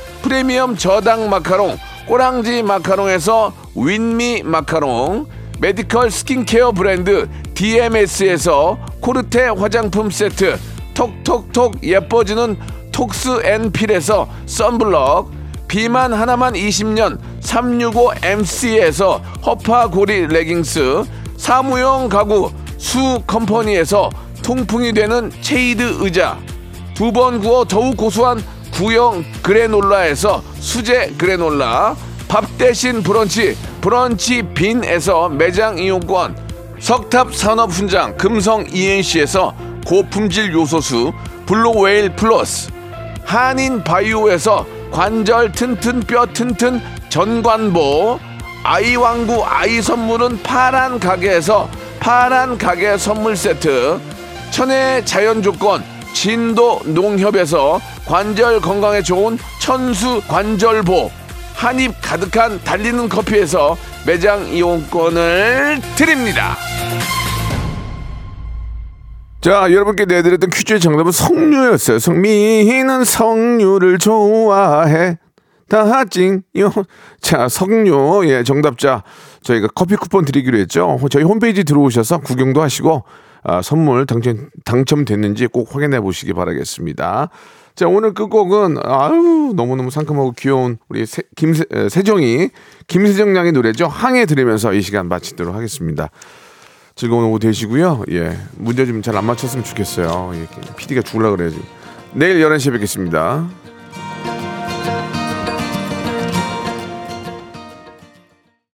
[SPEAKER 1] 프리미엄 저당 마카롱 꼬랑지 마카롱에서 윈미 마카롱 메디컬 스킨케어 브랜드 DMS에서 코르테 화장품 세트 톡톡톡 예뻐지는 톡스 앤 필에서 썬블럭 비만 하나만 20년 365MC에서 허파고리 레깅스 사무용 가구 수 컴퍼니에서 통풍이 되는 체이드 의자 두 번 구워 더욱 고소한 구형 그래놀라에서 수제 그래놀라 밥 대신 브런치 브런치 빈에서 매장 이용권 석탑 산업훈장 금성 ENC에서 고품질 요소수 블루웨일 플러스 한인 바이오에서 관절 튼튼 뼈 튼튼 전관보 아이왕구 아이 선물은 파란 가게에서 파란 가게 선물 세트 천혜의 자연 조건 진도 농협에서 관절 건강에 좋은 천수 관절보 한입 가득한 달리는 커피에서 매장 이용권을 드립니다. 자, 여러분께 내드렸던 퀴즈의 정답은 석류였어요. 성미는 석류를 좋아해. 다하징 요. 자, 석류. 예, 정답자. 저희가 커피 쿠폰 드리기로 했죠. 저희 홈페이지 들어오셔서 구경도 하시고 아, 선물 당첨 당첨됐는지 꼭 확인해 보시기 바라겠습니다. 자, 오늘 그 끝곡은 아유, 너무너무 상큼하고 귀여운 우리 세, 김 세정이 김세정 양의 노래죠. 항해 들으면서 이 시간 마치도록 하겠습니다. 즐거운 오후 되시고요. 예. 문제 좀 잘 안 맞췄으면 좋겠어요. 예. PD가 죽으려 그래야지. 내일 11시에 뵙겠습니다.